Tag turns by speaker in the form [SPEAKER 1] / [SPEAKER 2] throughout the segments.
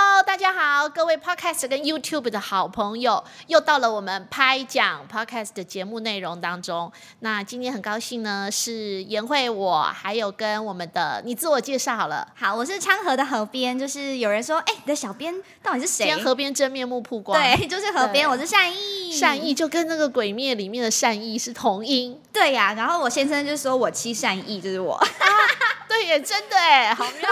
[SPEAKER 1] 喽，各位 Podcast 跟 YouTube 的好朋友，又到了我们拍讲 Podcast 的节目内容当中。那今天很高兴呢，是妍慧我，还有跟我们的你自我介绍好了。
[SPEAKER 2] 好，我是昌河的河边，就是有人说，哎、你的小编到底是
[SPEAKER 1] 今
[SPEAKER 2] 谁
[SPEAKER 1] 天？河边真面目曝光，，
[SPEAKER 2] 对，就是河边，
[SPEAKER 1] 对
[SPEAKER 2] 我是善意，
[SPEAKER 1] 善，意就跟那个《鬼灭》里面的善意是同音。
[SPEAKER 2] 对呀、然后我先生就说我妻善意，就是我，
[SPEAKER 1] 对耶，真的哎，好妙。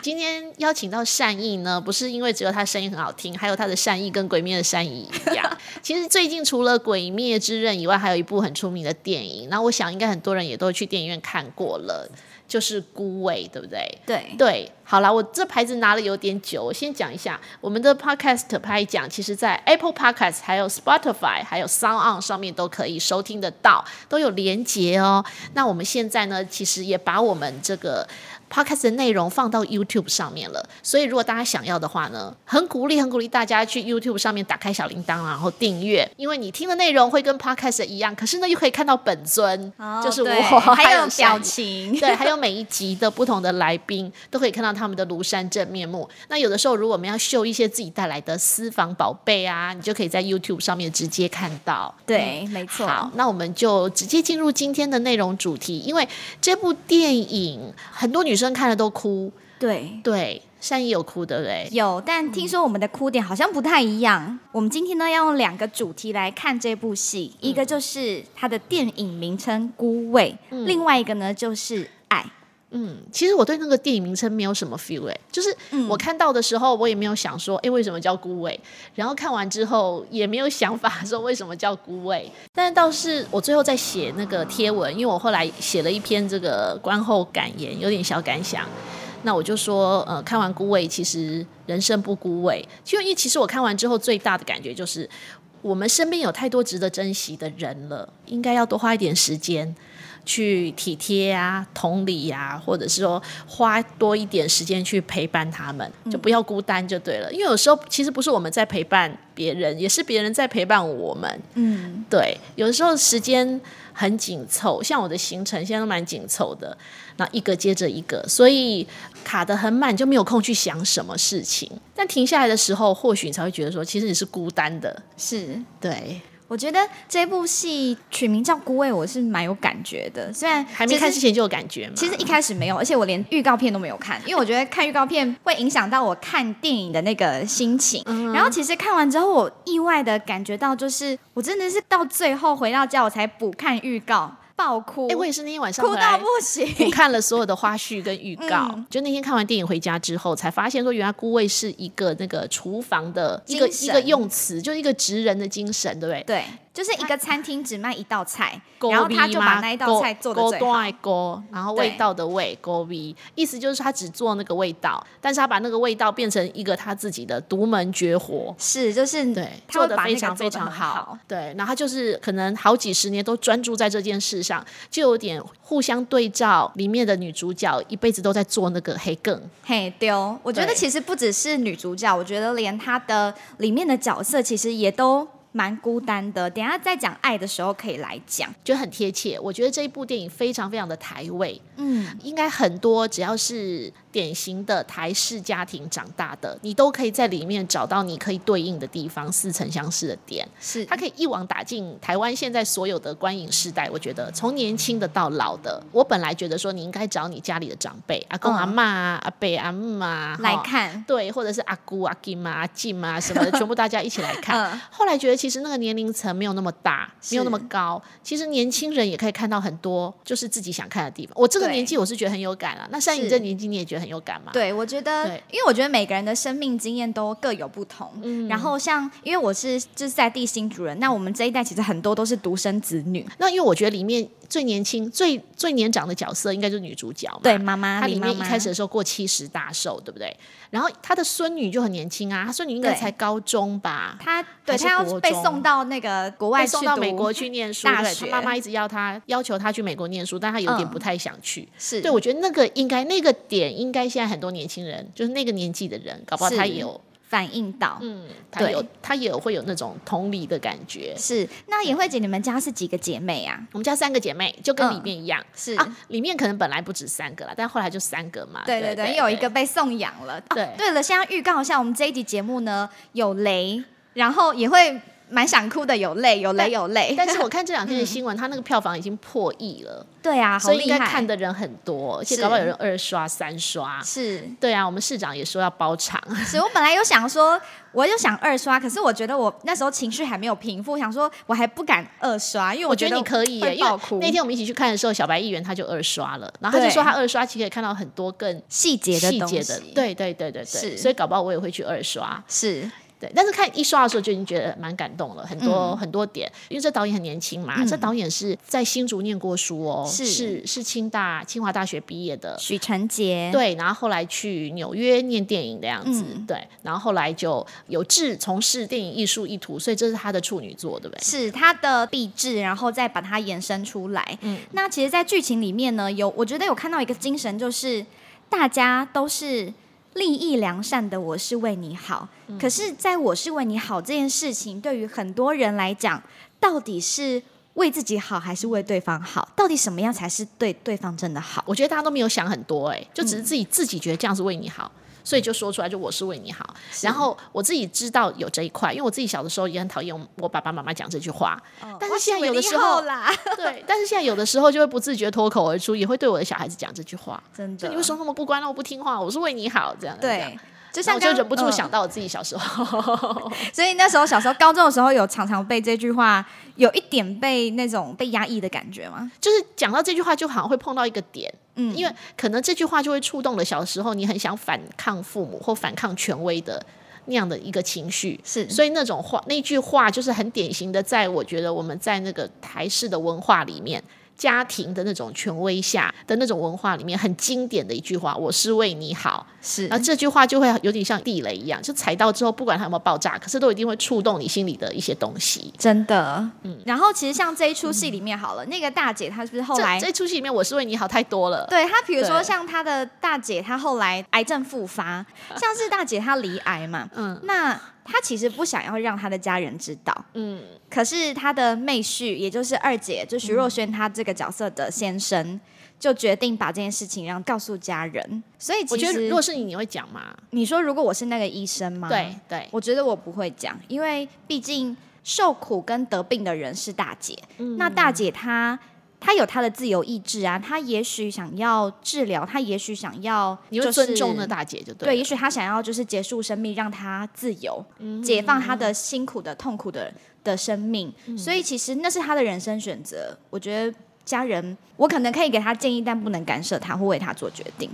[SPEAKER 1] 今天邀请到善意呢，不是因为只有他声音很好听，还有他的善意跟《鬼灭》的善意一样。其实最近除了《鬼灭之刃》以外，还有一部很出名的电影，那我想应该很多人也都去电影院看过了，就是《孤味》，对不对？
[SPEAKER 2] 对，
[SPEAKER 1] 对，好啦，我这牌子拿了有点久，我先讲一下我们的 Podcast 拍讲，其实在 Apple Podcast、还有 Spotify、还有 Sound On 上面都可以收听得到，都有连结哦。那我们现在呢，其实也把我们这个 Podcast 的内容放到 YouTube 上面了，所以如果大家想要的话呢，很鼓励、很鼓励大家去 YouTube 上面打开小铃铛，然后订阅，因为你听的内容会跟 Podcast 一样，可是呢又可以看到本尊，
[SPEAKER 2] 哦
[SPEAKER 1] 就是我，
[SPEAKER 2] 对还有
[SPEAKER 1] 善
[SPEAKER 2] 表
[SPEAKER 1] 意
[SPEAKER 2] 情，
[SPEAKER 1] 对，还有每一集的不同的来宾都可以看到他们的庐山真面目。那有的时候，如果我们要秀一些自己带来的私房宝贝啊，你就可以在 YouTube 上面直接看到。嗯
[SPEAKER 2] 对，没错，
[SPEAKER 1] 好，那我们就直接进入今天的内容主题，因为这部电影很多女生看了都哭，
[SPEAKER 2] 对。
[SPEAKER 1] 对，善意有哭的嘞。
[SPEAKER 2] 有，但听说我们的哭点好像不太一样。我们今天呢要用两个主题来看这部戏，
[SPEAKER 1] 嗯
[SPEAKER 2] 一个就是它的电影名称《孤味》，另外一个呢就是爱。
[SPEAKER 1] 嗯，其实我对那个电影名称没有什么 feel 哎、就是我看到的时候，我也没有想说，哎、为什么叫孤味？然后看完之后也没有想法说为什么叫孤味。但是倒是我最后在写那个贴文，因为我后来写了一篇这个观后感言，有点小感想。那我就说，呃，看完孤味，其实人生不孤味。就因为其实我看完之后最大的感觉就是，我们身边有太多值得珍惜的人了，应该要多花一点时间去体贴啊、同理啊，或者是说花多一点时间去陪伴他们，就不要孤单就对了。因为有时候其实不是我们在陪伴别人，也是别人在陪伴我们。
[SPEAKER 2] 嗯，
[SPEAKER 1] 对，有的时候时间很紧凑，像我的行程现在都蛮紧凑的，那一个接着一个，所以卡得很满，就没有空去想什么事情。但停下来的时候，或许你才会觉得说，其实你是孤单的。
[SPEAKER 2] 是。
[SPEAKER 1] 对，
[SPEAKER 2] 我觉得这部戏取名叫《孤味》，我是蛮有感觉的。虽然
[SPEAKER 1] 还没
[SPEAKER 2] 其实
[SPEAKER 1] 看之前就有感觉嘛。
[SPEAKER 2] 其实一开始没有，而且我连预告片都没有看，因为我觉得看预告片会影响到我看电影的那个心情。
[SPEAKER 1] 嗯
[SPEAKER 2] 然后其实看完之后，我意外的感觉到，就是我真的是到最后回到家，我才补看预告，爆哭，
[SPEAKER 1] 哎、我也是那天晚 上
[SPEAKER 2] 哭
[SPEAKER 1] 回
[SPEAKER 2] 到
[SPEAKER 1] 来
[SPEAKER 2] 不行
[SPEAKER 1] 我。 看了所有的花絮跟预告，
[SPEAKER 2] 嗯
[SPEAKER 1] 就那天看完电影回家之后，才发现说，原来孤味是一个那个厨房的一个
[SPEAKER 2] 精
[SPEAKER 1] 一
[SPEAKER 2] 神
[SPEAKER 1] 个用词，就是一个职人的精神，对不对？
[SPEAKER 2] 对，就是一个餐厅只卖一道菜，
[SPEAKER 1] 勾
[SPEAKER 2] 然后他
[SPEAKER 1] 鼻
[SPEAKER 2] 就把
[SPEAKER 1] 吗
[SPEAKER 2] 那一道
[SPEAKER 1] 勾
[SPEAKER 2] 菜做的
[SPEAKER 1] 勾
[SPEAKER 2] 最
[SPEAKER 1] 段
[SPEAKER 2] 好。
[SPEAKER 1] 爱勾，然后味
[SPEAKER 2] 对
[SPEAKER 1] 道的味勾味，意思就是他只做那个味道，但是他把那个味道变成一个他自己的独门绝活。
[SPEAKER 2] 是，就是
[SPEAKER 1] 对，
[SPEAKER 2] 他
[SPEAKER 1] 做
[SPEAKER 2] 会
[SPEAKER 1] 得
[SPEAKER 2] 把那
[SPEAKER 1] 非
[SPEAKER 2] 个
[SPEAKER 1] 常
[SPEAKER 2] 做
[SPEAKER 1] 非
[SPEAKER 2] 得
[SPEAKER 1] 常
[SPEAKER 2] 很好。
[SPEAKER 1] 对，然后他就是可能好几十年都专注在这件事上，就有点互相对照里面的女主角一辈子都在做那个黑更。
[SPEAKER 2] 嘿，丢！我觉得
[SPEAKER 1] 对
[SPEAKER 2] 其实不只是女主角，我觉得连她的里面的角色其实也都蛮孤单的。等一下在讲爱的时候可以来讲。
[SPEAKER 1] 就很贴切。我觉得这一部电影非常非常的台味，
[SPEAKER 2] 嗯，
[SPEAKER 1] 应该很多只要是典型的台式家庭长大的，你都可以在里面找到你可以对应的地方，似曾相识的点。
[SPEAKER 2] 是
[SPEAKER 1] 它可以一网打尽台湾现在所有的观影世代。我觉得从年轻的到老的，我本来觉得说你应该找你家里的长辈，阿公、
[SPEAKER 2] 嗯
[SPEAKER 1] 阿嬷啊、阿伯、阿姆啊
[SPEAKER 2] 来。
[SPEAKER 1] 哈
[SPEAKER 2] 看。
[SPEAKER 1] 对，或者是阿姑、阿金啊、阿静啊什么的，全部大家一起 来看。
[SPEAKER 2] 嗯，
[SPEAKER 1] 后来觉得其实那个年龄层没有那么大，
[SPEAKER 2] 是
[SPEAKER 1] 没有那么高。其实年轻人也可以看到很多就是自己想看的地方。我这个
[SPEAKER 2] 对
[SPEAKER 1] 年纪我是觉得很有感啊。那像你
[SPEAKER 2] 是
[SPEAKER 1] 这年纪你也觉得很有感嘛？，
[SPEAKER 2] 对，我觉得
[SPEAKER 1] 对，
[SPEAKER 2] 因为我觉得每个人的生命经验都各有不同。
[SPEAKER 1] 嗯
[SPEAKER 2] 然后像，因为我是就是在地新主人，那我们这一代其实很多都是独生子女，
[SPEAKER 1] 那因为我觉得里面最年轻、最最年长的角色应该就是女主角嘛。
[SPEAKER 2] 对，妈妈，
[SPEAKER 1] 她里
[SPEAKER 2] 李妈
[SPEAKER 1] 面一
[SPEAKER 2] 妈
[SPEAKER 1] 开始的时候过七十大寿，对不对？然后她的孙女就很年轻啊，她孙女应该
[SPEAKER 2] 对
[SPEAKER 1] 才高中吧。
[SPEAKER 2] 她对
[SPEAKER 1] 还是
[SPEAKER 2] 她要
[SPEAKER 1] 国
[SPEAKER 2] 被
[SPEAKER 1] 中
[SPEAKER 2] 送到那个国外
[SPEAKER 1] 被
[SPEAKER 2] 去
[SPEAKER 1] 送到
[SPEAKER 2] 读
[SPEAKER 1] 美国去念书，
[SPEAKER 2] 大
[SPEAKER 1] 对，她
[SPEAKER 2] 学
[SPEAKER 1] 妈妈一直要她要求她去美国念书，但她有点
[SPEAKER 2] 嗯
[SPEAKER 1] 不太想去。
[SPEAKER 2] 是
[SPEAKER 1] 对，我觉得那个应该那个点应该现在很多年轻人，就是那个年纪的人，搞不好他
[SPEAKER 2] 是
[SPEAKER 1] 也有
[SPEAKER 2] 反映到。
[SPEAKER 1] 嗯，他有
[SPEAKER 2] 对
[SPEAKER 1] 他也有会有那种同理的感觉。
[SPEAKER 2] 是，那妍慧姐，你们家是几个姐妹啊？
[SPEAKER 1] 我们家三个姐妹就跟
[SPEAKER 2] 嗯
[SPEAKER 1] 里面一样、
[SPEAKER 2] 是
[SPEAKER 1] 啊，里面可能本来不止三个啦，但后来就三个嘛。
[SPEAKER 2] 对
[SPEAKER 1] 对
[SPEAKER 2] 对对，有一个被送养了。哦
[SPEAKER 1] 对
[SPEAKER 2] 对了，先要预告一下，我们这一集节目呢有雷，然后也会蛮想哭的，有泪，有
[SPEAKER 1] 但
[SPEAKER 2] 雷，有泪。
[SPEAKER 1] 但是我看这两天
[SPEAKER 2] 嗯
[SPEAKER 1] 的新闻，他那个票房已经破亿了，
[SPEAKER 2] 对啊，好
[SPEAKER 1] 所以应
[SPEAKER 2] 厉
[SPEAKER 1] 该
[SPEAKER 2] 害！
[SPEAKER 1] 看的人很多，而且
[SPEAKER 2] 是
[SPEAKER 1] 搞不好有人二刷、三刷。
[SPEAKER 2] 是
[SPEAKER 1] 对啊，我们市长也说要包 场，
[SPEAKER 2] 是，我本来有想说，我就想二刷，可是我觉得我那时候情绪还没有平复，想说我还不敢二刷，因为
[SPEAKER 1] 我
[SPEAKER 2] 觉
[SPEAKER 1] 觉
[SPEAKER 2] 得
[SPEAKER 1] 得你可以耶
[SPEAKER 2] 会
[SPEAKER 1] 因为
[SPEAKER 2] 爆哭
[SPEAKER 1] 那天我们一起去看的时候，小白议员他就二刷了，然后他就
[SPEAKER 2] 对
[SPEAKER 1] 说他二刷其实可以看到很多更
[SPEAKER 2] 细节的
[SPEAKER 1] 细
[SPEAKER 2] 东
[SPEAKER 1] 节
[SPEAKER 2] 西，
[SPEAKER 1] 的，对对对对对，
[SPEAKER 2] 是
[SPEAKER 1] 所以搞不好我也会去二刷。
[SPEAKER 2] 是
[SPEAKER 1] 对，但是看一刷的时候就已经觉得蛮感动了，很多、
[SPEAKER 2] 嗯
[SPEAKER 1] 很多点，因为这导演很年轻嘛，这导演是在新竹念过书哦，
[SPEAKER 2] 是
[SPEAKER 1] 是是清大清华大学毕业的，
[SPEAKER 2] 许成杰，
[SPEAKER 1] 对，然后后来去纽约念电影的样子，
[SPEAKER 2] 嗯
[SPEAKER 1] 对，然后后来就有志从事电影艺术意图，所以这是他的处女作，对不对？
[SPEAKER 2] 是他的壁纸，然后再把它延伸出来。
[SPEAKER 1] 嗯
[SPEAKER 2] 那其实，在剧情里面呢，有我觉得有看到一个精神，就是大家都是利益良善的，我是为你好。
[SPEAKER 1] 嗯
[SPEAKER 2] 可是，在我是为你好这件事情，对于很多人来讲，到底是为自己好还是为对方好？到底什么样才是对对方真的好？
[SPEAKER 1] 我觉得大家都没有想很多、哎，就
[SPEAKER 2] 嗯
[SPEAKER 1] 只是自己、自己觉得这样是为你好。所以就说出来，就我是为你好。然后我自己知道有这一块，因为我自己小的时候也很讨厌我爸爸妈妈讲这句话。
[SPEAKER 2] 哦
[SPEAKER 1] 但是现在有的时
[SPEAKER 2] 我
[SPEAKER 1] 候
[SPEAKER 2] 是为你好，啦，
[SPEAKER 1] 对，但是现在有的时候就会不自觉脱口而出，也会对我的小孩子讲这句话。
[SPEAKER 2] 真
[SPEAKER 1] 就你为什么那么不乖，那么不听话？我是为你好，这样这样
[SPEAKER 2] 啊对。就
[SPEAKER 1] 那
[SPEAKER 2] 像
[SPEAKER 1] 我就
[SPEAKER 2] 刚
[SPEAKER 1] 忍不住
[SPEAKER 2] 嗯
[SPEAKER 1] 想到我自己小时候，
[SPEAKER 2] 所以那时候小时候高中的时候，有常常被这句话有一点被那种被压抑的感觉吗？
[SPEAKER 1] 就是讲到这句话，就好像会碰到一个点，
[SPEAKER 2] 嗯
[SPEAKER 1] 因为可能这句话就会触动了小时候你很想反抗父母或反抗权威的那样的一个情绪，
[SPEAKER 2] 是
[SPEAKER 1] 所以那种话那句话就是很典型的，在我觉得我们在那个台式的文化里面。家庭的那种权威下的那种文化里面，很经典的一句话：“我是为你好。”
[SPEAKER 2] 是
[SPEAKER 1] 然后这句话就会有点像地雷一样，就踩到之后，不管它有没有爆炸，可是都一定会触动你心里的一些东西。
[SPEAKER 2] 真的，嗯。然后其实像这一出戏里面好了，那个大姐她是不是后来
[SPEAKER 1] 这这出戏里面，我是为你好太多了。
[SPEAKER 2] 对她，比如说
[SPEAKER 1] 对
[SPEAKER 2] 像她的大姐，她后来癌症 复发，像是大姐她罹癌嘛，
[SPEAKER 1] 嗯
[SPEAKER 2] 那她其实不想要让她的家人知道，
[SPEAKER 1] 嗯，
[SPEAKER 2] 可是她的妹婿，也就是二姐，就徐若瑄她这个角色的先生，就决定把这件事情让告诉家人。所以其
[SPEAKER 1] 我觉得
[SPEAKER 2] 实
[SPEAKER 1] 如果是你，你会讲吗？
[SPEAKER 2] 你说如果我是那个医生吗？
[SPEAKER 1] 对，对，
[SPEAKER 2] 我觉得我不会讲，因为毕竟受苦跟得病的人是大姐，
[SPEAKER 1] 嗯
[SPEAKER 2] 那大姐她。她有她的自由意志啊，她也许想要治疗，她也许想要、
[SPEAKER 1] 你
[SPEAKER 2] 就是，
[SPEAKER 1] 会尊重那大姐就
[SPEAKER 2] 对，
[SPEAKER 1] 对
[SPEAKER 2] 也
[SPEAKER 1] 了。
[SPEAKER 2] 许她想要就是结束生命，让她自由，解放她的辛苦的、痛苦的的生命。
[SPEAKER 1] 嗯
[SPEAKER 2] 所以其实那是她的人生选择。我觉得家人，我可能可以给她建议，但不能干涉她或为她做决定。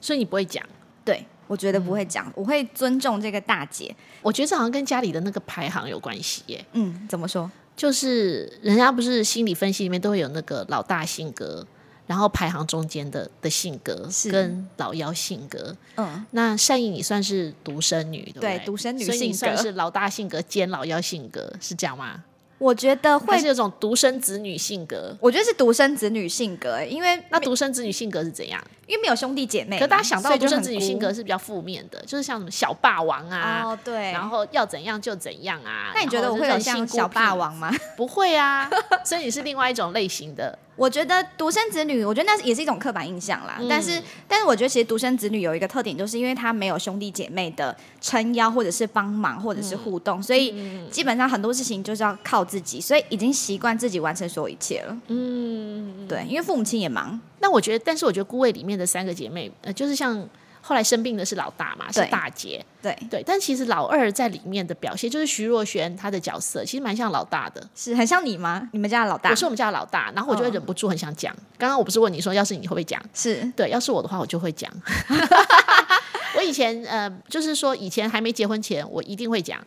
[SPEAKER 1] 所以你不会讲。
[SPEAKER 2] 对我觉得
[SPEAKER 1] 嗯
[SPEAKER 2] 不会讲，我会尊重这个大姐。
[SPEAKER 1] 我觉得这好像跟家里的那个排行有关系耶。
[SPEAKER 2] 嗯，怎么说？
[SPEAKER 1] 就是人家不是心理分析里面都会有那个老大性格，然后排行中间的的性格
[SPEAKER 2] 是
[SPEAKER 1] 跟老幺性格。
[SPEAKER 2] 嗯，
[SPEAKER 1] 那善意你算是独生女，对不
[SPEAKER 2] 对
[SPEAKER 1] 对？
[SPEAKER 2] 独生女
[SPEAKER 1] 所以你
[SPEAKER 2] 性
[SPEAKER 1] 算
[SPEAKER 2] 格
[SPEAKER 1] 是老大性格兼老幺性格，是这样吗？
[SPEAKER 2] 我觉得
[SPEAKER 1] 还
[SPEAKER 2] 会
[SPEAKER 1] 是，有种独生子女性格？
[SPEAKER 2] 我觉得是独生子女性格，欸因为
[SPEAKER 1] 那独生子女性格是怎样？
[SPEAKER 2] 因为没有兄弟姐妹嘛，
[SPEAKER 1] 可大家想到
[SPEAKER 2] 哎
[SPEAKER 1] 的
[SPEAKER 2] 所以就
[SPEAKER 1] 独生
[SPEAKER 2] 很
[SPEAKER 1] 子女
[SPEAKER 2] 孤
[SPEAKER 1] 性格是比较负面的，就是像什么小霸王啊，
[SPEAKER 2] 哦，对。
[SPEAKER 1] 然后要怎样就怎样啊。
[SPEAKER 2] 那你觉
[SPEAKER 1] 然
[SPEAKER 2] 得
[SPEAKER 1] 后
[SPEAKER 2] 我
[SPEAKER 1] 就
[SPEAKER 2] 会
[SPEAKER 1] 人
[SPEAKER 2] 有
[SPEAKER 1] 性
[SPEAKER 2] 像
[SPEAKER 1] 孤
[SPEAKER 2] 小霸
[SPEAKER 1] 僻？
[SPEAKER 2] 王吗？
[SPEAKER 1] 不会啊，所以你是另外一种类型的。
[SPEAKER 2] 我觉得独生子女，我觉得那也是一种刻板印象啦。
[SPEAKER 1] 嗯
[SPEAKER 2] 但是，但是我觉得其实独生子女有一个特点，就是因为他没有兄弟姐妹的撑腰，或者是帮忙，或者是
[SPEAKER 1] 嗯
[SPEAKER 2] 互动，所以基本上很多事情就是要靠自己，所以已经习惯自己完成所有一切了。
[SPEAKER 1] 嗯，
[SPEAKER 2] 对，因为父母亲也忙，
[SPEAKER 1] 那我觉得，但是我觉得《孤味》里面的三个姐妹，呃，就是像后来生病的是老大嘛，是
[SPEAKER 2] 对
[SPEAKER 1] 大姐，
[SPEAKER 2] 对，
[SPEAKER 1] 对。但其实老二在里面的表现，就是徐若瑄她的角色，其实蛮像老大的。
[SPEAKER 2] 是很像你吗？你们家的老大
[SPEAKER 1] 我是我们家的老大，然后我就会
[SPEAKER 2] 嗯
[SPEAKER 1] 忍不住很想讲。刚刚我不是问你说，要是你会不会讲？
[SPEAKER 2] 是
[SPEAKER 1] 对，要是我的话，我就会讲。 我以前呃，就是说以前还没结婚前，我一定会讲。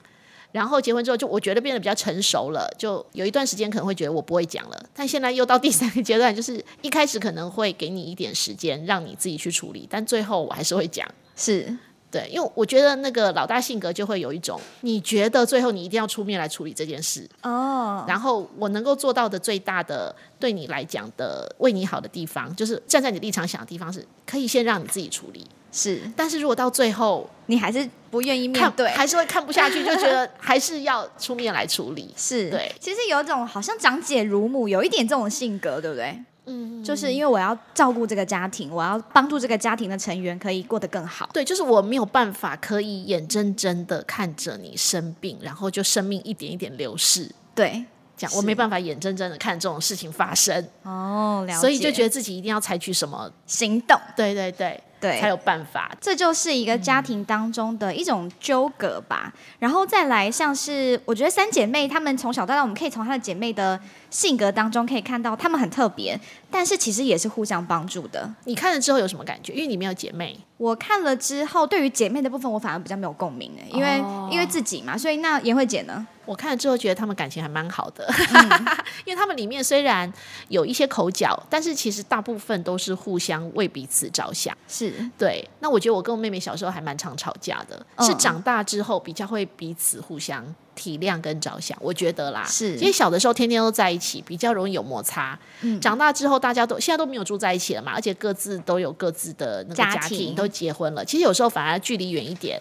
[SPEAKER 1] 然后结婚之后，就我觉得变得比较成熟了，就有一段时间可能会觉得我不会讲了，但现在又到第三个阶段，就是一开始可能会给你一点时间让你自己去处理，但最后我还是会讲。
[SPEAKER 2] 是
[SPEAKER 1] 对，因为我觉得那个老大性格就会有一种，你觉得最后你一定要出面来处理这件事，
[SPEAKER 2] 哦，
[SPEAKER 1] 然后我能够做到的最大的对你来讲的为你好的地方，就是站在你立场想的地方是，可以先让你自己处理。
[SPEAKER 2] 是
[SPEAKER 1] 但是如果到最后
[SPEAKER 2] 你还是不愿意面
[SPEAKER 1] 看
[SPEAKER 2] 对，
[SPEAKER 1] 还是会看不下去，就觉 得还是要出面来处理。
[SPEAKER 2] 是
[SPEAKER 1] 对
[SPEAKER 2] 其实有一种好像长姐如母，有一点这种性格，对不对？
[SPEAKER 1] 嗯，
[SPEAKER 2] 就是因为我要照顾这个家庭，我要帮助这个家庭的成员可以过得更好。
[SPEAKER 1] 对，就是我没有办法可以眼睁睁的看着你生病，然后就生命一点一点流逝，
[SPEAKER 2] 对，
[SPEAKER 1] 这样
[SPEAKER 2] 是
[SPEAKER 1] 我没办法眼睁睁的看这种事情发生，
[SPEAKER 2] 哦，了解。
[SPEAKER 1] 所以就觉得
[SPEAKER 2] 得
[SPEAKER 1] 自己一定要采取什么，
[SPEAKER 2] 行动，
[SPEAKER 1] 对对对，
[SPEAKER 2] 对，
[SPEAKER 1] 才有办法。
[SPEAKER 2] 这就是一个家庭当中的一种纠葛吧。然后再来，像是我觉得三姐妹她们从小到大，我们可以从她的姐妹的性格当中可以看到，她们很特别，但是其实也是互相帮助的。
[SPEAKER 1] 你看了之后有什么感觉？因为你没有姐妹，
[SPEAKER 2] 我看了之后，对于姐妹的部分，我反而比较没有共鸣诶，因为、
[SPEAKER 1] 哦
[SPEAKER 2] 因为自己嘛，所以那妍慧姐呢？
[SPEAKER 1] 我看了之后觉得她们感情还蛮好的，
[SPEAKER 2] 嗯
[SPEAKER 1] 因为她们里面虽然有一些口角，但是其实大部分都是互相为彼此着想。
[SPEAKER 2] 是
[SPEAKER 1] 对，那我觉得我跟我妹妹小时候还蛮常吵架的，
[SPEAKER 2] 嗯
[SPEAKER 1] 是长大之后比较会彼此互相体谅跟着想，我觉得啦。
[SPEAKER 2] 是
[SPEAKER 1] 其实小的时候天天都在一起，比较容易有摩擦。
[SPEAKER 2] 嗯
[SPEAKER 1] 长大之后大家都现在都没有住在一起了嘛，而且各自都有各自的那个
[SPEAKER 2] 家
[SPEAKER 1] 家庭，
[SPEAKER 2] 庭
[SPEAKER 1] 都结婚了。其实有时候反而距离远一点。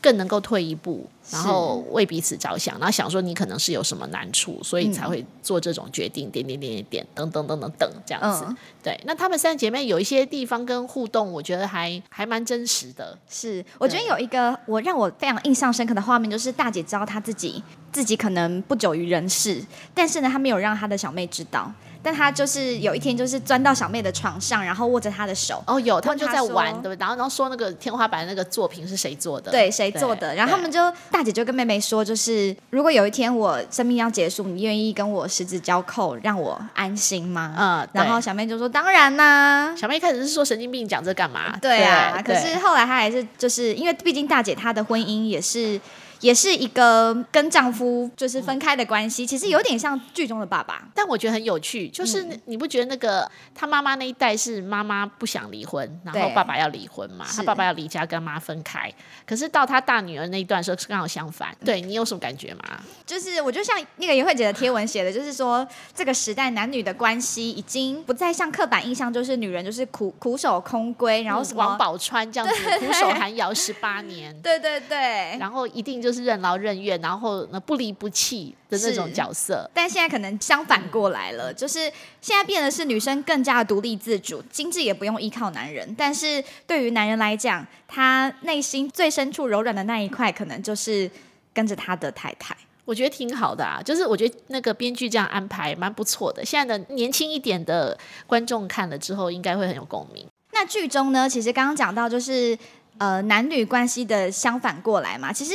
[SPEAKER 1] 更能够退一步，然后为彼此着想，然后想说你可能是有什么难处，所
[SPEAKER 2] 嗯
[SPEAKER 1] 以才会做这种决定，点点点点点，等等等等等这样子。
[SPEAKER 2] 嗯
[SPEAKER 1] 对，那她们三姐妹有一些地方跟互动，我觉得还还蛮真实的。
[SPEAKER 2] 是，我觉得有一个我让我非常印象深刻的画面，就是大姐知道她自己自己可能不久于人世，但是呢，她没有让她的小妹知道，但她就是有一天就是钻到小妹的床上，然后握着她的手，
[SPEAKER 1] 哦，有，他们
[SPEAKER 2] 问
[SPEAKER 1] 就
[SPEAKER 2] 她
[SPEAKER 1] 在
[SPEAKER 2] 说
[SPEAKER 1] 玩，对不对？然后然后说那个天花板那个作品是谁做的？
[SPEAKER 2] 对谁做的，然后他们
[SPEAKER 1] 对
[SPEAKER 2] 就大姐就跟妹妹说，就是如果有一天我生命要结束，你愿意跟我十指交扣，让我安心吗？
[SPEAKER 1] 嗯
[SPEAKER 2] 然后
[SPEAKER 1] 对
[SPEAKER 2] 小妹就说当然啦、
[SPEAKER 1] 小妹一开始是说神经病，讲这干嘛？
[SPEAKER 2] 对啊，可
[SPEAKER 1] 对
[SPEAKER 2] 是后来她还是就是因为毕竟大姐她的婚姻也是也是一个跟丈夫就是分开的关系，其实有点像剧中的爸爸。
[SPEAKER 1] 但我觉得很有趣，就是你你不觉得那个他妈妈那一代是妈妈不想离婚，然后
[SPEAKER 2] 对
[SPEAKER 1] 爸爸要离婚嘛，
[SPEAKER 2] 是
[SPEAKER 1] 他爸爸要离家跟妈分开。可是到他大女儿那一段的时候是刚好相反，对你有什么感觉吗？
[SPEAKER 2] 就是我就像那个颜慧姐的贴文写的，就是说这个时代男女的关系已经不再像刻板印象，就是女人就是苦苦守空闺，然后什
[SPEAKER 1] 嗯
[SPEAKER 2] 么、
[SPEAKER 1] 王宝钏这样子苦守寒窑 十八年，
[SPEAKER 2] 对对对。
[SPEAKER 1] 然后一定就是任劳任怨，然后呢不离不弃的那种
[SPEAKER 2] 是
[SPEAKER 1] 角色。
[SPEAKER 2] 但现在可能相反过来了，就是现在变得是女生更加独立自主，经济也不用依靠男人。但是对于男人来讲，他内心最深处柔软的那一块，可能就是跟着他的太太。
[SPEAKER 1] 我觉得挺好的啊，就是我觉得那个编剧这样安排蛮不错的。现在的年轻一点的观众看了之后，应该会很有共鸣。
[SPEAKER 2] 那剧中呢，其实刚刚讲到就是呃男女关系的相反过来嘛，其实。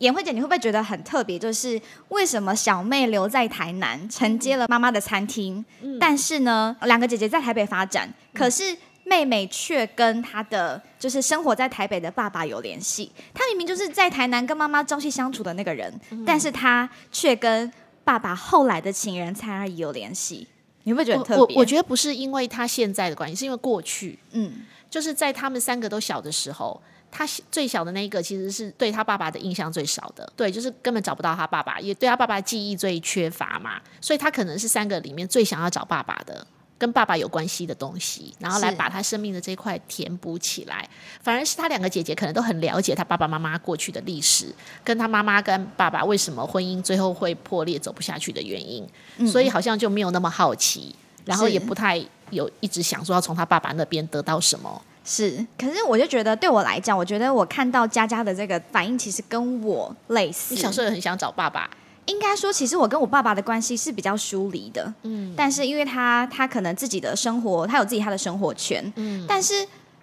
[SPEAKER 2] 颜慧姐，你会不会觉得很特别？就是为什么小妹留在台南承接了妈妈的餐厅，
[SPEAKER 1] 嗯
[SPEAKER 2] 但是呢，两个姐姐在台北发展，可是妹妹却跟她的就是生活在台北的爸爸有联系。她明明就是在台南跟妈妈朝夕相处的那个人，
[SPEAKER 1] 嗯
[SPEAKER 2] 但是她却跟爸爸后来的情人蔡阿姨有联系。你会不会觉得很
[SPEAKER 1] 我
[SPEAKER 2] 特
[SPEAKER 1] 我
[SPEAKER 2] 别？
[SPEAKER 1] 我觉得不是因为他现在的关系，是因为过去
[SPEAKER 2] 嗯，
[SPEAKER 1] 就是在他们三个都小的时候，他小最小的那一个其实是对他爸爸的印象最少的，对，就是根本找不到他爸爸，也对他爸爸记忆最缺乏嘛，所以他可能是三个里面最想要找爸爸的。跟爸爸有关系的东西，然后来
[SPEAKER 2] 是
[SPEAKER 1] 把他生命的这一块填补起来。反而是他两个姐姐可能都很了解他爸爸妈妈过去的历史，跟他妈妈跟爸爸为什么婚姻最后会破裂走不下去的原因，所以好像就没有那么好奇，然后
[SPEAKER 2] 嗯是
[SPEAKER 1] 也不太有一直想说要从他爸爸那边得到什么。
[SPEAKER 2] 是，可是我就觉得对我来讲，我觉得我看到佳佳的这个反应，其实跟我类似。
[SPEAKER 1] 你小时候也很想找爸爸，
[SPEAKER 2] 应该说，其实我跟我爸爸的关系是比较疏离的，嗯，但是因为他他可能自己的生活，他有自己他的生活圈，嗯，但是。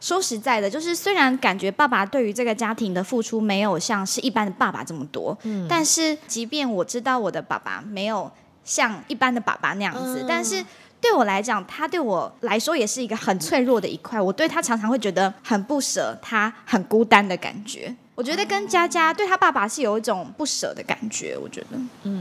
[SPEAKER 2] 说实在的，就是虽然感觉爸爸对于这个家庭的付出没有像是一般的爸爸这么多，嗯，但是即便我知道我的爸爸没有像一般的爸爸那样子，
[SPEAKER 1] 嗯
[SPEAKER 2] 但是对我来讲，他对我来说也是一个很脆弱的一块，我对他常常会觉得很不舍，他很孤单的感觉。我觉得跟佳佳对他爸爸是有一种不舍的感觉，我觉得。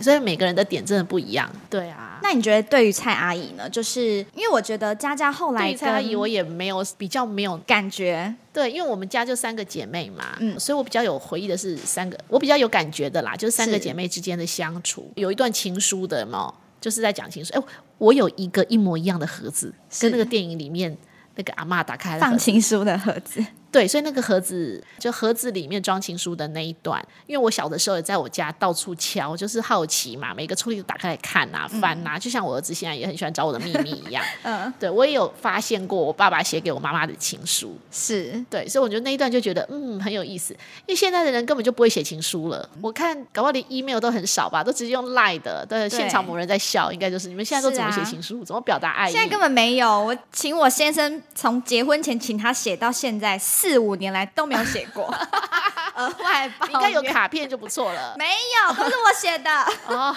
[SPEAKER 1] 所以每个人的点真的不一样。对啊，
[SPEAKER 2] 那你觉得对于蔡阿姨呢？就是因为我觉得佳佳后来
[SPEAKER 1] 对于蔡阿姨
[SPEAKER 2] 跟
[SPEAKER 1] 我也没有比较没有
[SPEAKER 2] 感觉
[SPEAKER 1] 对，因为我们家就三个姐妹嘛，
[SPEAKER 2] 嗯
[SPEAKER 1] 所以我比较有回忆的是三个，我比较有感觉的啦，就是三个
[SPEAKER 2] 是
[SPEAKER 1] 姐妹之间的相处，有一段情书的嘛，就是在讲情书。哎，我有一个一模一样的盒子，
[SPEAKER 2] 是
[SPEAKER 1] 跟那个电影里面那个阿嬷打开的盒子
[SPEAKER 2] 放 情书的盒子，
[SPEAKER 1] 对，所以那个盒子就盒子里面装情书的那一段，因为我小的时候也在我家到处敲，就是好奇嘛，每个抽屉都打开来看啊、翻啊，就像我儿子现在也很喜欢找我的秘密一样。
[SPEAKER 2] 嗯，
[SPEAKER 1] 对我也有发现过我爸爸写给我妈妈的情书，
[SPEAKER 2] 是
[SPEAKER 1] 对，所以我觉得那一段就觉得嗯很有意思，因为现在的人根本就不会写情书了。
[SPEAKER 2] 嗯
[SPEAKER 1] 我看搞不好连 email 都很少吧，都直接用 line 的。对，现场某人在笑，应该就是你们现在都怎么写
[SPEAKER 2] 是啊
[SPEAKER 1] 情书，怎么表达爱意？
[SPEAKER 2] 现在根本没有。我请我先生从结婚前请他写到现在四五年来都没有写 过，额外抱
[SPEAKER 1] 你应该有
[SPEAKER 2] 怨
[SPEAKER 1] 卡片就不错 了。
[SPEAKER 2] 没有？都是我写 的。
[SPEAKER 1] 哦，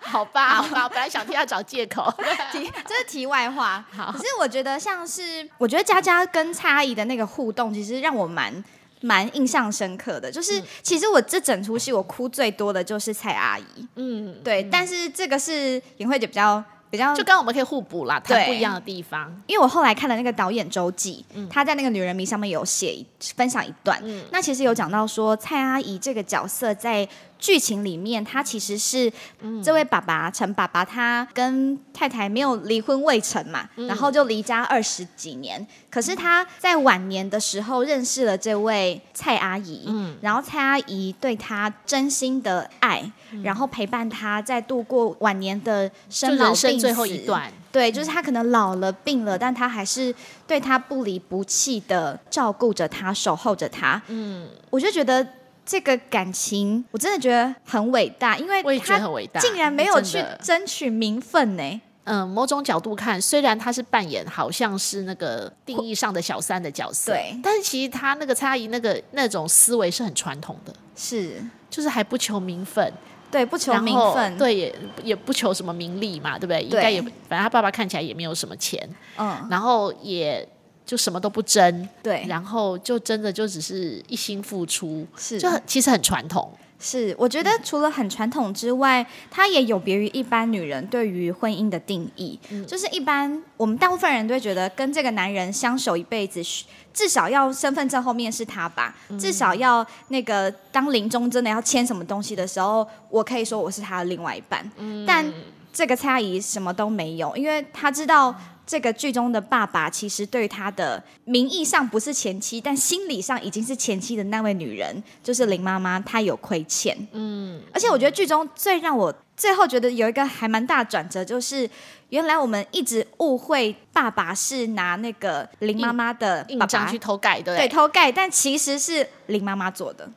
[SPEAKER 1] 好吧， 好吧，我本来想替他找借 口。
[SPEAKER 2] 题，这是题外话。
[SPEAKER 1] 好
[SPEAKER 2] 可是我觉得像是，我觉得佳佳跟差异的那个互动，其实让我蛮蛮印象深刻的。就是、
[SPEAKER 1] 嗯
[SPEAKER 2] 其实我这整出戏，我哭最多的就是蔡阿姨。
[SPEAKER 1] 嗯，
[SPEAKER 2] 对，但是这个是尹慧姐比较比较
[SPEAKER 1] 就刚刚我们可以互补啦，谈
[SPEAKER 2] 对
[SPEAKER 1] 不一样的地方。
[SPEAKER 2] 因为我后来看了那个导演周记，
[SPEAKER 1] 嗯
[SPEAKER 2] 他在那个《女人迷》上面有写一分享一段，那其实有讲到说蔡阿姨这个角色在剧情里面，她其实是、
[SPEAKER 1] 嗯
[SPEAKER 2] 这位爸爸陈爸爸，他跟太太没有离婚未成嘛，
[SPEAKER 1] 嗯
[SPEAKER 2] 然后就离家二十几年，可是他在晚年的时候认识了这位蔡阿姨，
[SPEAKER 1] 嗯
[SPEAKER 2] 然后蔡阿姨对他真心的爱，
[SPEAKER 1] 嗯
[SPEAKER 2] 然后陪伴他在度过晚年的
[SPEAKER 1] 就
[SPEAKER 2] 生老
[SPEAKER 1] 人
[SPEAKER 2] 病死
[SPEAKER 1] 生最后一段，
[SPEAKER 2] 对，就是
[SPEAKER 1] 嗯
[SPEAKER 2] 他可能老了、病了，但他还是对他不离不弃的照顾着他、守候着他。嗯，我就觉得这个感情，我真的觉得很伟大，因
[SPEAKER 1] 我也
[SPEAKER 2] 为
[SPEAKER 1] 觉得
[SPEAKER 2] 哎他
[SPEAKER 1] 很伟大。嗯
[SPEAKER 2] 竟然没有
[SPEAKER 1] 真
[SPEAKER 2] 去
[SPEAKER 1] 的
[SPEAKER 2] 争取名分呢、
[SPEAKER 1] 嗯，某种角度看，虽然他是扮演好像是那个定义上的小三的角色，
[SPEAKER 2] 对
[SPEAKER 1] 但是其实他那个差异，那个那种思维是很传统的，
[SPEAKER 2] 是
[SPEAKER 1] 就是还不求名分，
[SPEAKER 2] 对，不求
[SPEAKER 1] 然
[SPEAKER 2] 名
[SPEAKER 1] 后
[SPEAKER 2] 分，，
[SPEAKER 1] 对，也也不求什么名利嘛，对不对？应该
[SPEAKER 2] 对
[SPEAKER 1] 也，反正他爸爸看起来也没有什么钱，
[SPEAKER 2] 嗯，
[SPEAKER 1] 然后也就什么都不争，
[SPEAKER 2] 对，
[SPEAKER 1] 然后就真的就只是一心付出，
[SPEAKER 2] 是
[SPEAKER 1] 就很其实很传统，
[SPEAKER 2] 是，我觉得除了很传统之外，它也有别于一般女人对于婚姻的定义。就是一般我们大部分人都会觉得，跟这个男人相守一辈子，嘘至少要身份证后面是他吧，至少要那个当临终真的要签什么东西的时候，我可以说我是他的另外一半。
[SPEAKER 1] 嗯
[SPEAKER 2] 但这个蔡阿姨什么都没有，因为她知道。这个剧中的爸爸其实对她的名义上不是前妻，但心理上已经是前妻的那位女人，就是林妈妈，她有亏欠。
[SPEAKER 1] 嗯
[SPEAKER 2] 而且我觉得剧中最让我最后觉得有一个还蛮大的转折，就是原来我们一直误会爸爸是拿那个林妈妈的
[SPEAKER 1] 印
[SPEAKER 2] 爸
[SPEAKER 1] 章
[SPEAKER 2] 爸
[SPEAKER 1] 去偷改，对不
[SPEAKER 2] 对偷盖，但其实是林妈妈做的。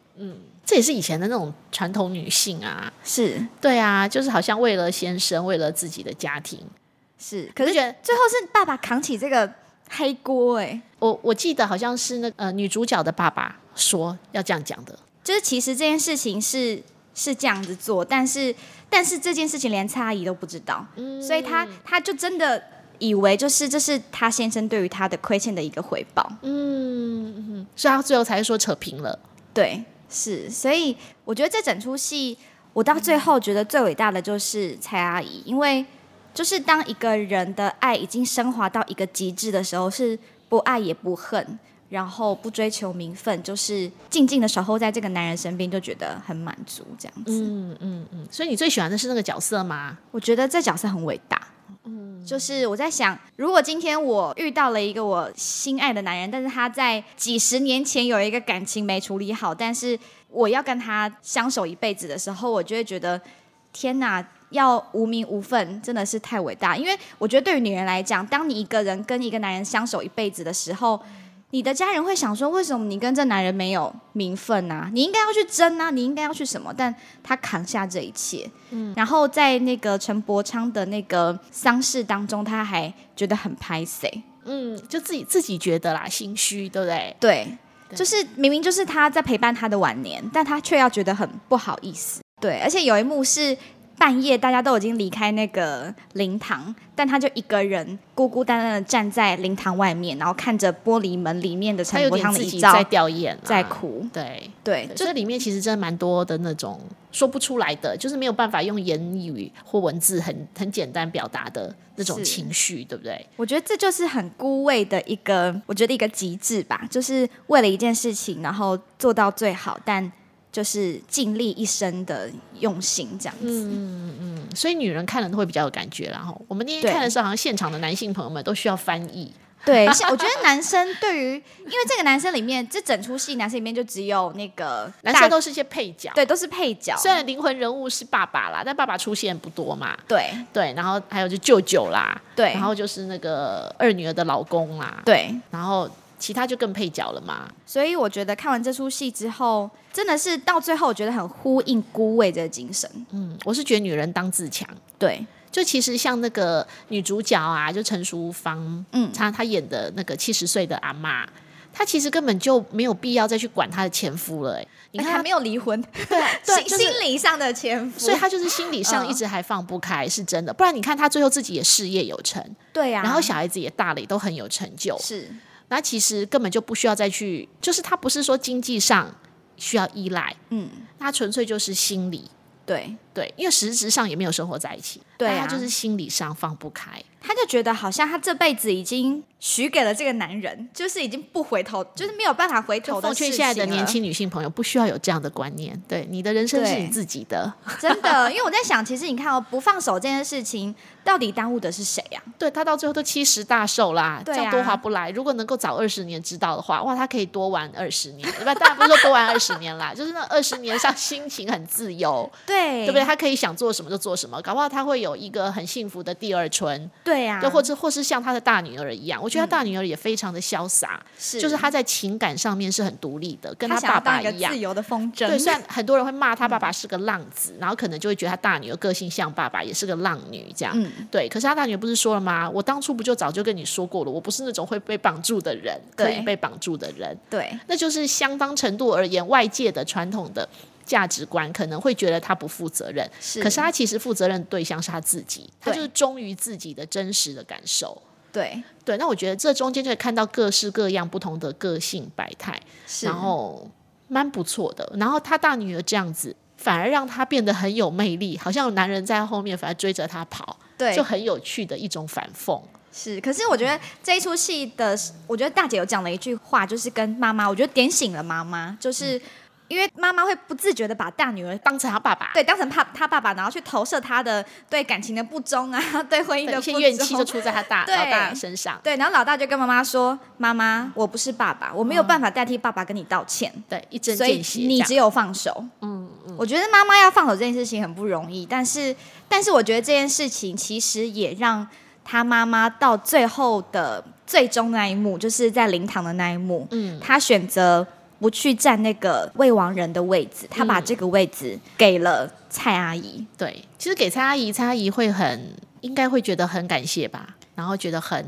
[SPEAKER 1] 这也是以前的那种传统女性啊，
[SPEAKER 2] 是
[SPEAKER 1] 对啊，就是好像为了先生，为了自己的家庭。
[SPEAKER 2] 是，
[SPEAKER 1] 可
[SPEAKER 2] 可
[SPEAKER 1] 是
[SPEAKER 2] 是
[SPEAKER 1] 觉得，
[SPEAKER 2] 最后是爸爸扛起这个黑锅、哎，
[SPEAKER 1] 我我记得好像是那呃女主角的爸爸说要这样讲的，
[SPEAKER 2] 就是其实这件事情是是这样子做，但是但是这件事情连蔡阿姨都不知道，
[SPEAKER 1] 嗯
[SPEAKER 2] 所以她她就真的以为就是这是她先生对于她的亏欠的一个回报。
[SPEAKER 1] 所以她最后才说扯平了。
[SPEAKER 2] 对，是，所以我觉得这整出戏，我到最后觉得最伟大的就是蔡阿姨，因为就是当一个人的爱已经升华到一个极致的时候，是不爱也不恨，然后不追求名分，就是静静的守候在这个男人身边，就觉得很满足这样子。
[SPEAKER 1] 嗯所以你最喜欢的是那个角色吗？
[SPEAKER 2] 我觉得这角色很伟大。就是我在想，如果今天我遇到了一个我心爱的男人，但是他在几十年前有一个感情没处理好，但是我要跟他相守一辈子的时候，我就会觉得天哪，要无名无份真的是太伟大。因为我觉得对于女人来讲，当你一个人跟一个男人相守一辈子的时候，你的家人会想说，为什么你跟这男人没有名分啊？你应该要去争啊，你应该要去什么？但他扛下这一切，然后在那个陈伯昌的那个丧事当中，他还觉得很拍谁，
[SPEAKER 1] 嗯，就自己自己觉得啦，心虚，对不对？
[SPEAKER 2] 对，
[SPEAKER 1] 对
[SPEAKER 2] 就是明明就是他在陪伴他的晚年，但他却要觉得很不好意思，对，而且有一幕是。半夜大家都已经离开那个灵堂，但他就一个人孤孤单单的站在灵堂外面，然后看着玻璃门里面的
[SPEAKER 1] 他
[SPEAKER 2] 陈
[SPEAKER 1] 有
[SPEAKER 2] 伯
[SPEAKER 1] 点
[SPEAKER 2] 昌的
[SPEAKER 1] 自
[SPEAKER 2] 遗
[SPEAKER 1] 己
[SPEAKER 2] 照
[SPEAKER 1] 在掉眼、啊，
[SPEAKER 2] 在。哭。
[SPEAKER 1] 对，
[SPEAKER 2] 对，就
[SPEAKER 1] 这里面其实真的蛮多的那种说不出来的，就是没有办法用言语或文字很很简单表达的那种
[SPEAKER 2] 是
[SPEAKER 1] 情绪，对不对？
[SPEAKER 2] 我觉得这就是很孤味的一个，我觉得一个极致吧，就是为了一件事情，然后做到最好，但就是尽力一生的用心这样子。
[SPEAKER 1] 嗯所以女人看了都会比较有感觉啦。吼，我们那天
[SPEAKER 2] 对
[SPEAKER 1] 看的时候，好像现场的男性朋友们都需要翻译，
[SPEAKER 2] 对，像我觉得男生对于，因为这个男生里面，这整出戏男生里面就只有那个
[SPEAKER 1] 男
[SPEAKER 2] 大
[SPEAKER 1] 生都是一些配角，
[SPEAKER 2] 对都是配角，
[SPEAKER 1] 虽然灵魂人物是爸爸啦，但爸爸出现不多嘛。
[SPEAKER 2] 对
[SPEAKER 1] 对，然后还有就舅舅啦，
[SPEAKER 2] 对
[SPEAKER 1] 然后就是那个二女儿的老公啦，
[SPEAKER 2] 对，
[SPEAKER 1] 然后其他就更配角了嘛。
[SPEAKER 2] 所以我觉得看完这出戏之后，真的是到最后，我觉得很呼应孤味这个精神。
[SPEAKER 1] 嗯，我是觉得女人当自强。
[SPEAKER 2] 对，
[SPEAKER 1] 就其实像那个女主角啊，就陈淑芳，
[SPEAKER 2] 嗯
[SPEAKER 1] 她她演的那个七十岁的阿妈，她其实根本就没有必要再去管她的前夫了、哎，你
[SPEAKER 2] 你
[SPEAKER 1] 看
[SPEAKER 2] 看
[SPEAKER 1] 她
[SPEAKER 2] 还没有离婚，
[SPEAKER 1] 对啊对，
[SPEAKER 2] 心
[SPEAKER 1] 就是
[SPEAKER 2] 心灵上的前夫，
[SPEAKER 1] 所以她就是心理上
[SPEAKER 2] 嗯
[SPEAKER 1] 一直还放不开，是真的。不然你看她最后自己也事业有成，
[SPEAKER 2] 对呀、
[SPEAKER 1] 然后小孩子也大了，也都很有成就。
[SPEAKER 2] 是
[SPEAKER 1] 那其实根本就不需要再去，就是她不是说经济上需要依赖，
[SPEAKER 2] 嗯，
[SPEAKER 1] 她纯粹就是心理。
[SPEAKER 2] 对，
[SPEAKER 1] 对，因为实质上也没有生活在一起，
[SPEAKER 2] 对
[SPEAKER 1] 但
[SPEAKER 2] 啊
[SPEAKER 1] 她就是心理上放不开。
[SPEAKER 2] 他就觉得好像他这辈子已经许给了这个男人，就是已经不回头，就是没有办法回
[SPEAKER 1] 就
[SPEAKER 2] 头的
[SPEAKER 1] 奉
[SPEAKER 2] 事情
[SPEAKER 1] 劝
[SPEAKER 2] 了。
[SPEAKER 1] 现在的年轻女性朋友，不需要有这样的观念。对，你的人生是
[SPEAKER 2] 对
[SPEAKER 1] 你自己的。
[SPEAKER 2] 真的，因为我在想，其实你看哦，不放手这件事情到底耽误的是谁啊呀、
[SPEAKER 1] 对她到最后都七十大寿啦，
[SPEAKER 2] 对
[SPEAKER 1] 这
[SPEAKER 2] 啊
[SPEAKER 1] 样多划不来。如果能够早二十年知道的话，哇，她可以多玩二十年。不， 当然不是说多玩二十年啦， 就是那二十年上心情很自由，
[SPEAKER 2] 对
[SPEAKER 1] 对不对？？她可以想做什么就做什么，搞不好她会有一个很幸福的第二春，
[SPEAKER 2] 对啊呀、
[SPEAKER 1] 就或者或是像她的大女儿一样。我觉得她大女儿也非常的潇洒，
[SPEAKER 2] 是
[SPEAKER 1] 就是她在情感上面是很独立的，跟
[SPEAKER 2] 他
[SPEAKER 1] 她
[SPEAKER 2] 想
[SPEAKER 1] 爸
[SPEAKER 2] 要当
[SPEAKER 1] 爸
[SPEAKER 2] 一个
[SPEAKER 1] 一样
[SPEAKER 2] 自。由的嗯风筝，
[SPEAKER 1] 对，虽然很多人会骂他爸爸是个浪子，然后可能就会觉得他大女儿个性像爸爸，也是个浪女这样。
[SPEAKER 2] 嗯
[SPEAKER 1] 对，可是他大女儿不是说了吗？我当初不就早就跟你说过了，我不是那种会被绑住的人，可以
[SPEAKER 2] 对
[SPEAKER 1] 被绑住的人。
[SPEAKER 2] 对
[SPEAKER 1] 那就是相当程度而言，外界的传统的价值观可能会觉得他不负责任，
[SPEAKER 2] 是
[SPEAKER 1] 可是他其实负责任对象是他自己，他
[SPEAKER 2] 对
[SPEAKER 1] 就是忠于自己的真实的感受。
[SPEAKER 2] 对
[SPEAKER 1] 对，那我觉得这中间就可以看到各式各样不同的个性百态。
[SPEAKER 2] 是，
[SPEAKER 1] 然后蛮不错的。然后她大女儿这样子，反而让她变得很有魅力，好像有男人在后面反而追着她跑，
[SPEAKER 2] 对
[SPEAKER 1] 就很有趣的一种反讽。
[SPEAKER 2] 是，可是我觉得这一出戏的，我觉得大姐有讲了一句话，就是跟妈妈，我觉得点醒了妈妈，就是、因为妈妈会不自觉的把大女儿。
[SPEAKER 1] 当成她爸爸，
[SPEAKER 2] 对，当成爸他爸爸，然后去投射他的对感情的不忠啊， 对婚姻
[SPEAKER 1] 对
[SPEAKER 2] 的
[SPEAKER 1] 一
[SPEAKER 2] 不
[SPEAKER 1] 些
[SPEAKER 2] 忠，
[SPEAKER 1] 怨气就出在她 大
[SPEAKER 2] 对
[SPEAKER 1] 老大身上。
[SPEAKER 2] 对。然后老大就跟妈妈说：“妈妈，我不是爸爸，我没有办法代替爸爸跟你道歉，
[SPEAKER 1] 对，一针
[SPEAKER 2] 所
[SPEAKER 1] 嗯
[SPEAKER 2] 以
[SPEAKER 1] 见血这
[SPEAKER 2] 你
[SPEAKER 1] 样。
[SPEAKER 2] 只有放手。”
[SPEAKER 1] 嗯，
[SPEAKER 2] 我觉得妈妈要放手这件事情很不容易，但是但是我觉得这件事情其实也让她妈妈到最后的最终那一幕，就是在灵堂的那一幕，
[SPEAKER 1] 嗯，
[SPEAKER 2] 她选择不去站那个未亡人的位置，她
[SPEAKER 1] 嗯
[SPEAKER 2] 把这个位置给了蔡阿姨。
[SPEAKER 1] 对。其实给蔡阿姨，蔡阿姨会很应该会觉得很感谢吧，然后觉得很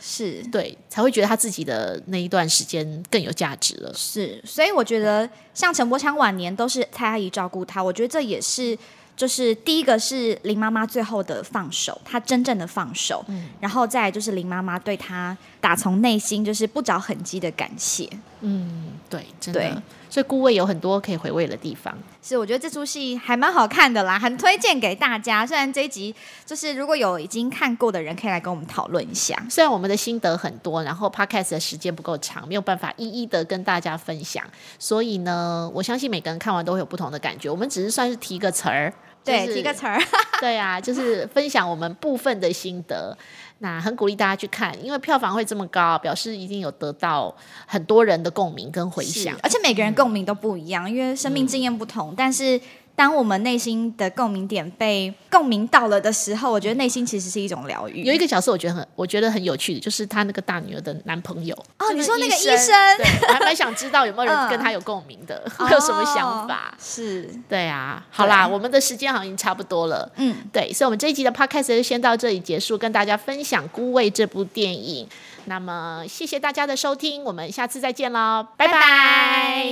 [SPEAKER 2] 是
[SPEAKER 1] 对，才会觉得她自己的那一段时间更有价值了。
[SPEAKER 2] 是，所以我觉得像陈柏强晚年都是蔡阿姨照顾她，我觉得这也是。就是第一个是林妈妈最后的放手，她真正的放手，
[SPEAKER 1] 嗯
[SPEAKER 2] 然后再来就是林妈妈对她打从内心就是不着痕迹的感谢。
[SPEAKER 1] 嗯，对，真
[SPEAKER 2] 对
[SPEAKER 1] 的。所以顾魏有很多可以回味的地方。
[SPEAKER 2] 是，我觉得这出戏还蛮好看的啦，很推荐给大家。虽然这一集就是如果有已经看过的人，可以来跟我们讨论一下。
[SPEAKER 1] 虽然我们的心得很多，然后 podcast 的时间不够长，没有办法一一的跟大家分享，所以呢，我相信每个人看完都会有不同的感觉。我们只是算是提个词儿，
[SPEAKER 2] 对，
[SPEAKER 1] 就是
[SPEAKER 2] 提个词儿，
[SPEAKER 1] 对啊，就是分享我们部分的心得。那很鼓励大家去看，因为票房会这么高，表示一定有得到很多人的共鸣跟回响嗯
[SPEAKER 2] 是。而且每个人共鸣都不一样，因为生命经验不同。但是当我们内心的共鸣点被共鸣到了的时候，我觉得内心其实是一种疗愈。
[SPEAKER 1] 有一个角色我觉得很，我觉得很有趣的，就是她那个大女儿的男朋友。
[SPEAKER 2] 哦
[SPEAKER 1] 就
[SPEAKER 2] 你说那个
[SPEAKER 1] 医
[SPEAKER 2] 医生嗯
[SPEAKER 1] 对，我还蛮想知道有没有人跟她有共鸣的，会有什么想法
[SPEAKER 2] 哦？是，
[SPEAKER 1] 对啊，好啦，
[SPEAKER 2] 对
[SPEAKER 1] 我们的时间好像已经差不多了。
[SPEAKER 2] 嗯，
[SPEAKER 1] 对，所以我们这一集的 podcast 就先到这里结束，跟大家分享《孤味》这部电影。那么，谢谢大家的收听，我们下次再见喽，拜拜